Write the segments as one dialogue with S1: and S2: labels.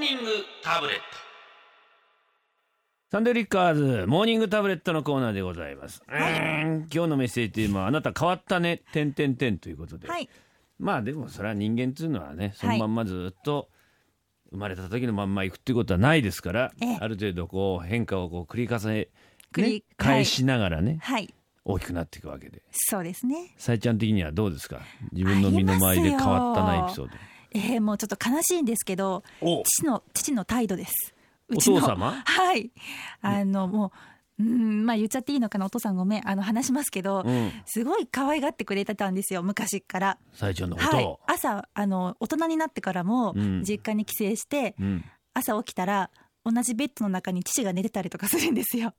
S1: ニングタブレット
S2: サンデーリッカーズモーニングタブレットのコーナーでございます、うーん今日のメッセージテーマはあなた変わったね点点点ということで、
S3: はい。
S2: まあでもそれは人間っていうのはねそのまんまずっと生まれた時のまんま行くっていうことはないですから、
S3: ええ
S2: ある程度こう変化をこう繰り重ね
S3: 繰り
S2: ね返しながらね、
S3: はい。
S2: 大きくなっていくわけで
S3: そうですね。
S2: さえちゃん的にはどうですか自分の身の回りで変わったなエピソー
S3: えー、もうちょっと悲しいんですけど、
S2: ドお
S3: 父の父の態度です。う
S2: お
S3: ちの
S2: 父様
S3: はい。あのもううんまあ言っちゃっていいのかなお父さんごめんあの話しますけど、
S2: うん
S3: すごい可愛がってくれてたんですよ昔から。
S2: さえちゃんのこと、
S3: はい。朝あの大人になってからも
S2: うん
S3: 実家に帰省して、
S2: うん、
S3: 朝起きたら同じベッドの中に父が寝てたりとかするんですよ。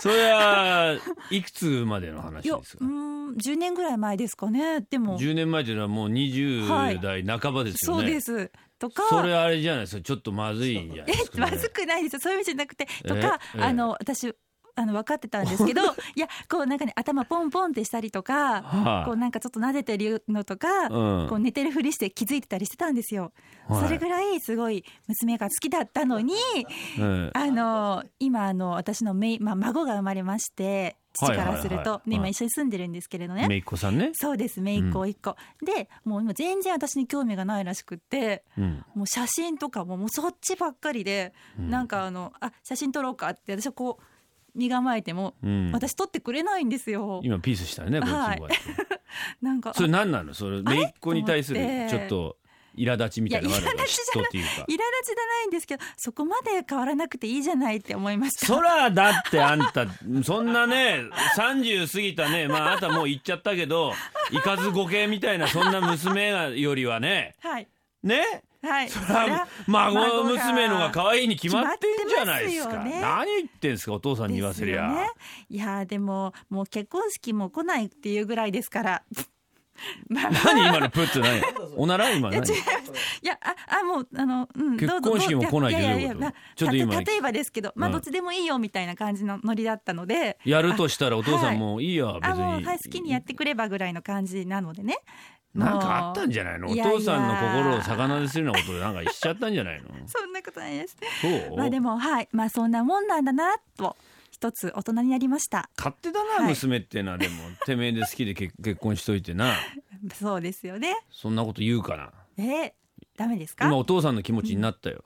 S2: それはいくつまでの話
S3: いやう
S2: ですか
S3: ーん10年ぐらい前ですかねでも
S2: 10年前というのはもう
S3: はい
S2: 20代半ばですよね、
S3: そうですとか
S2: それあれじゃないですかちょっとまずいんじゃないです
S3: え
S2: か、ね、
S3: まずくないですよそういう意味じゃなくてと
S2: え
S3: か、
S2: ええ
S3: あの私あの分かってたんです けどいやこうなんかね頭ポンポンってしたりとか
S2: は
S3: こうなんかちょっと撫でてるのとか、
S2: うん
S3: こう寝てるふりして気づいてたりしてたんですよ。
S2: はい
S3: それぐらいすごい娘が好きだったのに
S2: ええ
S3: あの今あの私のめい、まあ、孫が生まれまして父からすると、
S2: はいはいはい
S3: で
S2: は
S3: 今
S2: い
S3: 一緒に住んでるんですけれどね。
S2: めいっ子さんね、
S3: そうです姪っ子一個、でもう今全然私に興味がないらしくって
S2: うん
S3: もう写真とかももうそっちばっかりで、
S2: うん
S3: なんかあのあ写真撮ろうかって私はこう身構えても、
S2: うん、
S3: 私撮ってくれないんですよ
S2: 今ピースしたねこっちの
S3: はい
S2: こうやって
S3: なんか
S2: それ
S3: あ
S2: 何なのそれめいっ子に対す
S3: あ
S2: る
S3: れ
S2: ちょっと苛立ちみたいなのがあるの
S3: いや苛立ちじ
S2: 嫉
S3: ゃ
S2: 妬
S3: ない
S2: っていうか
S3: 苛立ちじゃないんですけどそこまで変わらなくていいじゃないって思いました
S2: そらだってあんたそんなね30過ぎたねまああなたもう行っちゃったけどいかずご系みたいなそんな娘がよりはね
S3: はい
S2: ね
S3: はい
S2: そ
S3: そり
S2: ら
S3: ゃ
S2: 孫娘のが
S3: 孫が
S2: 可愛いに決まってんじゃないです
S3: 決ま
S2: か
S3: ってますよね
S2: 何言ってんすかお父さんに言わせりゃ、
S3: ですよねいやーでももう結婚式も来ないっていうぐらいですから まあ
S2: 何今のプッツ 何おなら今
S3: いや違い
S2: 何
S3: ます。いやああもうあのうん
S2: 結婚
S3: どうぞ
S2: 式も来ないってどういうことちょっと今
S3: た例えばですけど、ま
S2: う
S3: あ
S2: ん
S3: どっちでもいいよみたいな感じのノリだったので、
S2: やるとしたらお父さんもいいや別
S3: あもう
S2: に
S3: はい好きにやってくればぐらいの感じなのでね。
S2: なんかあったんじゃないのお
S3: いやいや
S2: 父さんの心を逆なでするようなことなんかしちゃったんじゃ ないの
S3: そんなことないです。
S2: そう、
S3: まあでもはいまあそんなもんなんだなと一つ大人になりました。
S2: 勝手だな、
S3: はい
S2: 娘ってのはでもてめえで好きで結 結婚しといてな
S3: そうですよね。
S2: そんなこと言うかな
S3: えー、ダメですか？
S2: 今お父さんの気持ちになった よ、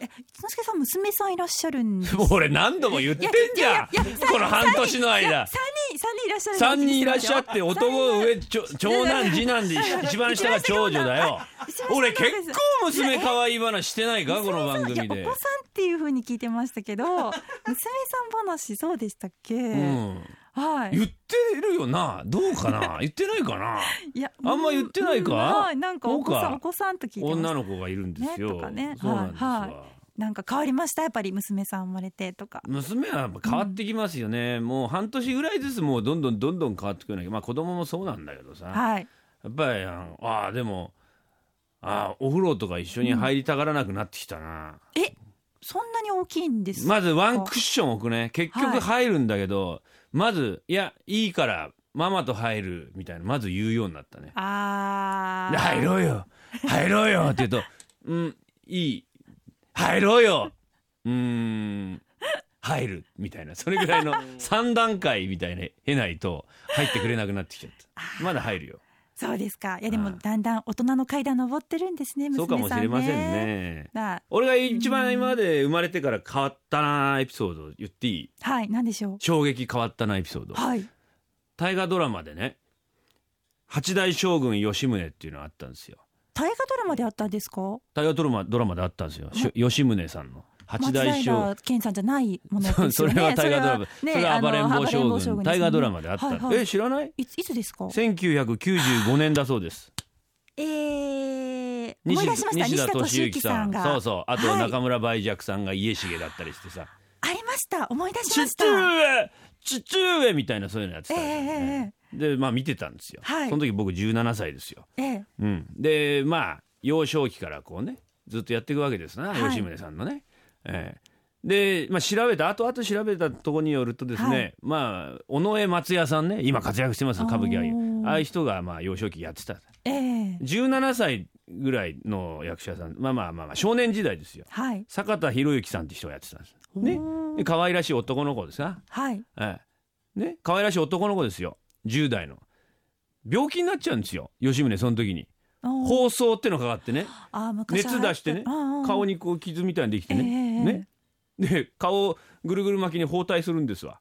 S3: え一之輔さん娘さんいらっしゃるんです。
S2: 俺何度も言ってんじゃん
S3: いやいやいや
S2: この半年の間
S3: 三人三人いらっしゃる。
S2: 3人いらっしゃって男上ちょ長男次男で一番下が長女だ よ俺結構娘可愛い話してないかこの番
S3: いや
S2: 組
S3: お子
S2: で
S3: さんっていう風に聞いてました けど娘さん話そうでしたっけ、
S2: うん
S3: はい
S2: 言ってるよなどうかな 言ってないかない
S3: や
S2: あんま言ってないか
S3: うんはいなんか
S2: そう
S3: お子
S2: か
S3: さんお子さんと聞いてま
S2: 女
S3: す
S2: の子がいるんです
S3: ね
S2: よ
S3: とかね
S2: そうなんですわ、
S3: はいはなんか変わりましたやっぱり娘さん生まれてとか
S2: 娘はやっぱ変わってきますよね、もう半年ぐらいずつもうどんどんどんどん変わってくるんだけどまあ子供もそうなんだけどさ、
S3: はい
S2: やっぱりあのああでもああお風呂とか一緒に入りたがらなくなってきたな、
S3: そんなに大きいんです
S2: まずワンクッション置くね結
S3: は
S2: 局
S3: い
S2: 入るんだけど、まずいやいいからママと入るみたいなまず言うようになったね
S3: あ
S2: で
S3: ー
S2: 入ろうよ入ろうよって言うと「うんいい入ろうようーん入る」みたいなそれぐ らいの3段階みたいなへないと入ってくれなくなってきちゃったまだ入るよ
S3: そうですかいやで
S2: う
S3: も
S2: ん
S3: だんだん大人の階段登ってるんですね
S2: そ
S3: 娘さ
S2: うんか
S3: ね
S2: もしれませんね
S3: まあ
S2: 俺が一番今まで生まれてから変わったなエピソード言っていい
S3: はい何でしょ
S2: 衝撃変わったなエピソード
S3: うはい
S2: 大河ドラマでね八代将軍吉宗っていうのがあったんですよ
S3: 大河ドラマであったんですか
S2: 大河ドラマドラマであったんですよし吉宗さんの八代将
S3: 松平健さんじゃないものですよね
S2: それは大河ドラマ
S3: そ
S2: そ
S3: れ
S2: れは
S3: は,、ね、
S2: 暴れん
S3: あの
S2: 坊将軍
S3: ですね
S2: 大河ドラマであった、
S3: はいはい
S2: え知らない
S3: いついつですか
S2: 1995年だそうです
S3: えー、思い出しました西田敏行さんが
S2: そうそうあと
S3: はい
S2: 中村梅若さんが家重だったりしてさ
S3: ありました思い出しまし
S2: 父
S3: た
S2: 上父上みたいなそういうのやってたんですよね、でまあ見てたんですよ、
S3: はい
S2: その時僕17歳ですよ、
S3: ええ
S2: うん、でまあ幼少期からこうねずっとやっていくわけですな、
S3: はい
S2: 吉宗さんのね。ええで、まあ、調べた後々調べたところによるとですね、
S3: はい
S2: まあ尾上松也さんね今活躍してます歌舞伎俳
S3: お
S2: 優
S3: ー
S2: ああいう人がまあ幼少期やってた
S3: ええ
S2: 17歳ぐらいの役者さんまあまあまあまあ少年時代ですよ
S3: はい。
S2: 坂田博之さんって人がやってたんですね
S3: お
S2: で
S3: ー
S2: 可愛らしい男の子ですな
S3: はい。
S2: はいね可愛らしい男の子ですよ10代の病気になっちゃうんですよ吉宗その時に
S3: ほ
S2: 放送ってのかかってね
S3: あー昔
S2: 熱出してね顔
S3: に
S2: にこう傷みたいにできてね,、
S3: ええ
S2: ねで顔をぐるぐる巻きに包帯するんですわ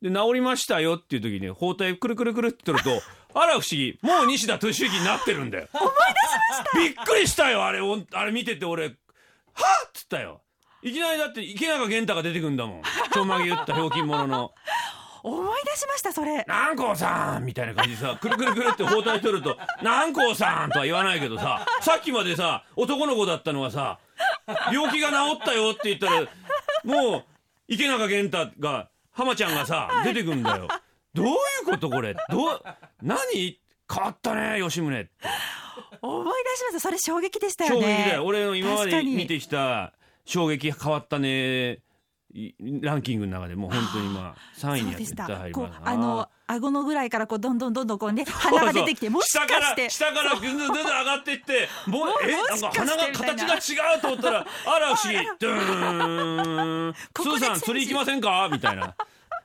S2: で治りましたよっていう時に包帯くるくるくるって取ると あら不思議もう西田敏行になってるんだよ 思い出しましたびっくりしたよあれおんあれ見てて俺はっつったよいきなりだって池永玄太が出てくんだもんちょんまげ打ったひょうきん者の
S3: 思い出しましたそれ。
S2: 南光さんみたいな感じでさくるくるくるって包帯取ると南光さんとは言わないけどささっきまでさ男の子だったのがさ病気が治ったよって言ったらもう池永玄太が浜ちゃんがさ出てくんだよどういうことこれどう何変わったね吉宗って
S3: 思い出しましたそれ衝撃でしたよ
S2: 衝
S3: ね。
S2: 撃だよ俺の今ま
S3: 確か
S2: で
S3: に
S2: 見てきた衝撃変わったねいランキングの中でもう本当にまあ3位に
S3: そう
S2: は
S3: でし
S2: 絶
S3: た
S2: 対入。り
S3: こ
S2: ま
S3: う
S2: すな
S3: あの顎のぐらいからこうどんどんどんどんこうね鼻が出てきてもしかして
S2: 下から下からぐんずんぐんずん上がってい ってもうえ
S3: も
S2: なん
S3: しか
S2: か
S3: して
S2: 鼻が
S3: みたいな
S2: 形が違うと思った ら「あら不思議」ドゥーン「
S3: こ
S2: ス
S3: こ
S2: ーさん
S3: でチェンジ
S2: 釣り行きませんか?」みたいな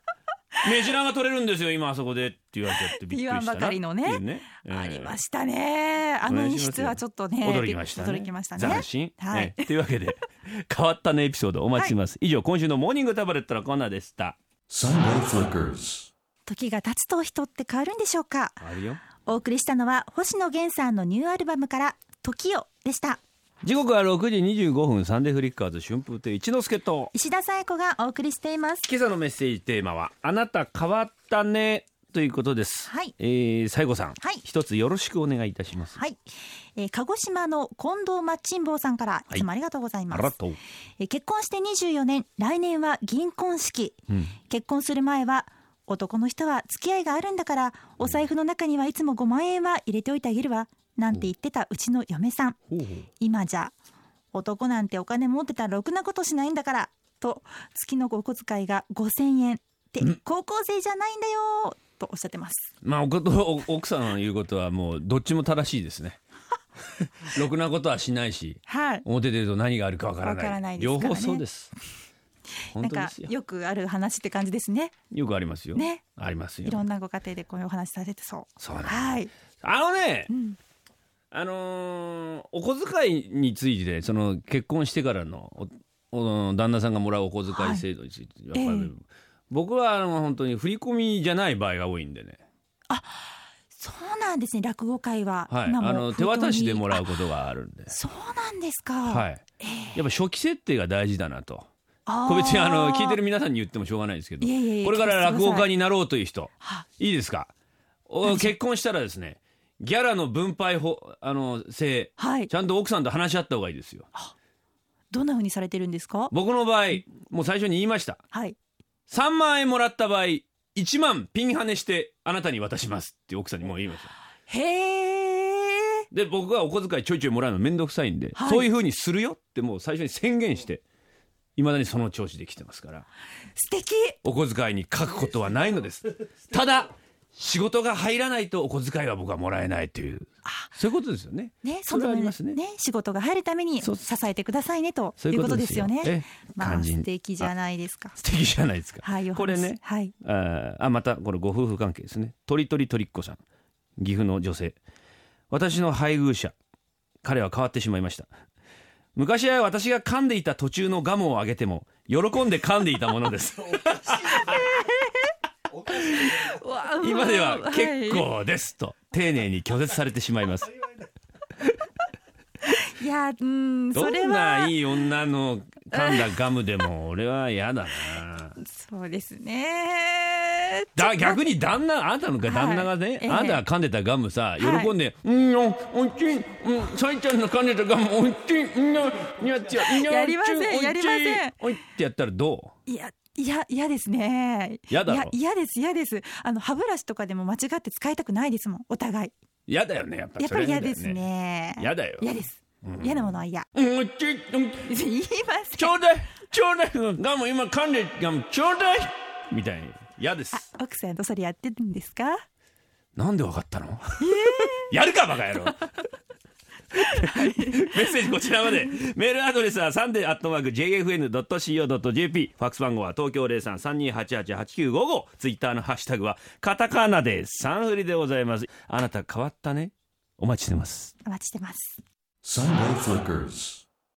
S2: 「目白が取れるんですよ今あそこで」って言われちゃってびっくりしたな
S3: 言わんばかりのね
S2: っていうねええ
S3: ありましたね。あの
S2: お願い
S3: 演
S2: します
S3: 出
S2: よ
S3: はちょっとね
S2: 驚きましたね。
S3: 驚きましたね。
S2: 斬新。
S3: はい
S2: ねというわけで 変わったねエピソードお待ちしています。以上今週のモーニングタブレットのコーナーでした。
S1: Sunday Flickers.
S3: 時が経つと人って変わるんでしょうか。
S2: あるよ。
S3: お送りしたのは星野源さんのニューアルバムから時よでした。
S2: 時刻は6時25分サンデーフリッカーズ春風亭一之輔と
S3: 石田紗友子がお送りしています。
S2: 今朝のメッセージテーマはあなた変わったねということです。
S3: はい
S2: えー西郷さん、
S3: はい
S2: 一つよろしくお願いいたします。
S3: はい、えー鹿児島の近藤マッチンボウさんから
S2: はい
S3: いつもありがとうございま
S2: あ
S3: す、
S2: らとう。
S3: えー結婚して24年来年は銀婚式、
S2: ん
S3: 結婚する前は男の人は付き合いがあるんだからお財布の中にはいつも5万円は入れておいてあげるわなんて言ってたうちの嫁さん
S2: ほうほう
S3: 今じゃ男なんてお金持ってたらろくなことしないんだからと月のお小遣いが5000円って高校生じゃないんだよとおっしゃってます
S2: まあおことお奥さんの言うことはもうどっちも正しいです ね。ろくなことはしないし、
S3: はい
S2: 表出ると何があるかわからない。
S3: わからないですか
S2: 両
S3: ら
S2: 方
S3: ね
S2: そうです。
S3: な
S2: 本
S3: ん
S2: 当で
S3: か
S2: すよ。よ
S3: よくある話って感じですね
S2: くありますよ。
S3: ね
S2: ありますよ
S3: い。ろんなご家庭でこういうお話されてそう。
S2: そうなんです
S3: はい。
S2: あのね、
S3: ん
S2: あのーお小遣いについてその結婚してからのおお旦那さんがもらうお小遣い制度について、やっぱり
S3: ええ
S2: 僕はあの本当に振り込みじゃない場合が多いんでね、
S3: そうなんですね。落語会は、
S2: はい、
S3: 今も
S2: あの手渡しでもら
S3: う。
S2: うことがあるんで、
S3: そうなんですか。。
S2: はいい、やっぱ初期設定が大事だなと
S3: あー
S2: 個別にあの聞いてる。皆さんに言ってもしょうがないですけど
S3: いえいえいえ
S2: これから落語
S3: 聞かせてくださ
S2: 家に
S3: い
S2: なろうという人
S3: はい
S2: いですかお結婚したらですねギャラの分配法あの制
S3: はい
S2: ち。ゃんと奥さんと話し合った方がいいですよ。
S3: どんな風にされてるんですか。
S2: 僕の場合もう最初に言いました
S3: はい。
S2: 3万円もらった場合1万ピンハネしてあなたに渡しますって奥さんにもう言いました
S3: へえ。
S2: で僕はお小遣いちょいちょいもらうの面倒くさいんで、
S3: はい
S2: そういうふうにするよってもう最初に宣言していまだにその調子で来てますから
S3: 素敵。
S2: お小遣いに書くことはないのですただ仕事が入らないとお小遣いは僕はもらえないというそういうことですよね
S3: ね、
S2: それはありますね
S3: ね、仕事が入るために支
S2: そう
S3: えてくださいねと
S2: そう
S3: い
S2: いう
S3: う
S2: こ
S3: ことと
S2: で
S3: ですす
S2: よ
S3: よね。
S2: ええ
S3: ま
S2: 肝
S3: あ
S2: 心
S3: 素敵じゃないですか。
S2: 素敵じゃないですか、
S3: はい、お話
S2: これね
S3: はい。
S2: あーあまたこれご夫婦関係ですね鳥鳥鳥っ子さん岐阜の女性私の配偶者彼は変わってしまいました昔は私が噛んでいた途中のガムをあげても喜んで噛んでいたものです 今では結
S3: は
S2: 構ですと丁寧に拒絶されてしまいます
S3: い。いや、うん、
S2: ど
S3: それ
S2: ん
S3: は
S2: な。いい女の噛んだガムでも俺は嫌だな
S3: そうですね。
S2: だ逆に旦那あなたのか旦那がね、
S3: ええ
S2: あなたが噛んでたガムさ
S3: い
S2: 喜んで「うんよおいちいうんさいちゃんの噛んでたガムおいちいうんよにゃっちゃうんよ
S3: やりません
S2: おいちい
S3: やりません
S2: おいってやったらど
S3: いや、いや、嫌ですね。
S2: 嫌だろ
S3: いや、嫌です、嫌です。あの歯ブラシとかでも間違って使いたくないですもん、お互い。
S2: う嫌だよねやっぱ
S3: やっぱり嫌です
S2: それは
S3: ね。
S2: 嫌だよ
S3: 嫌です。嫌なものは嫌。
S2: 嫌だよねうんおいちいうん
S3: 言いま
S2: ち
S3: せん。
S2: ょうだいちょうだいうんガム今噛んでガムちょうだいみたいに嫌です
S3: 奥さんとそれやってるんですか。
S2: なんでわかったのやるかバカ野郎メッセージこちらまで。メールアドレスはサンデーアットマーク JFN.CO.JP。ファックス番号は東京0332888955。ツイッターのハッシュタグはカタカナでサンフリでございます。あなた変わったね。お待ちしてます。
S3: お待ちしてます。
S1: Sunday Flickers.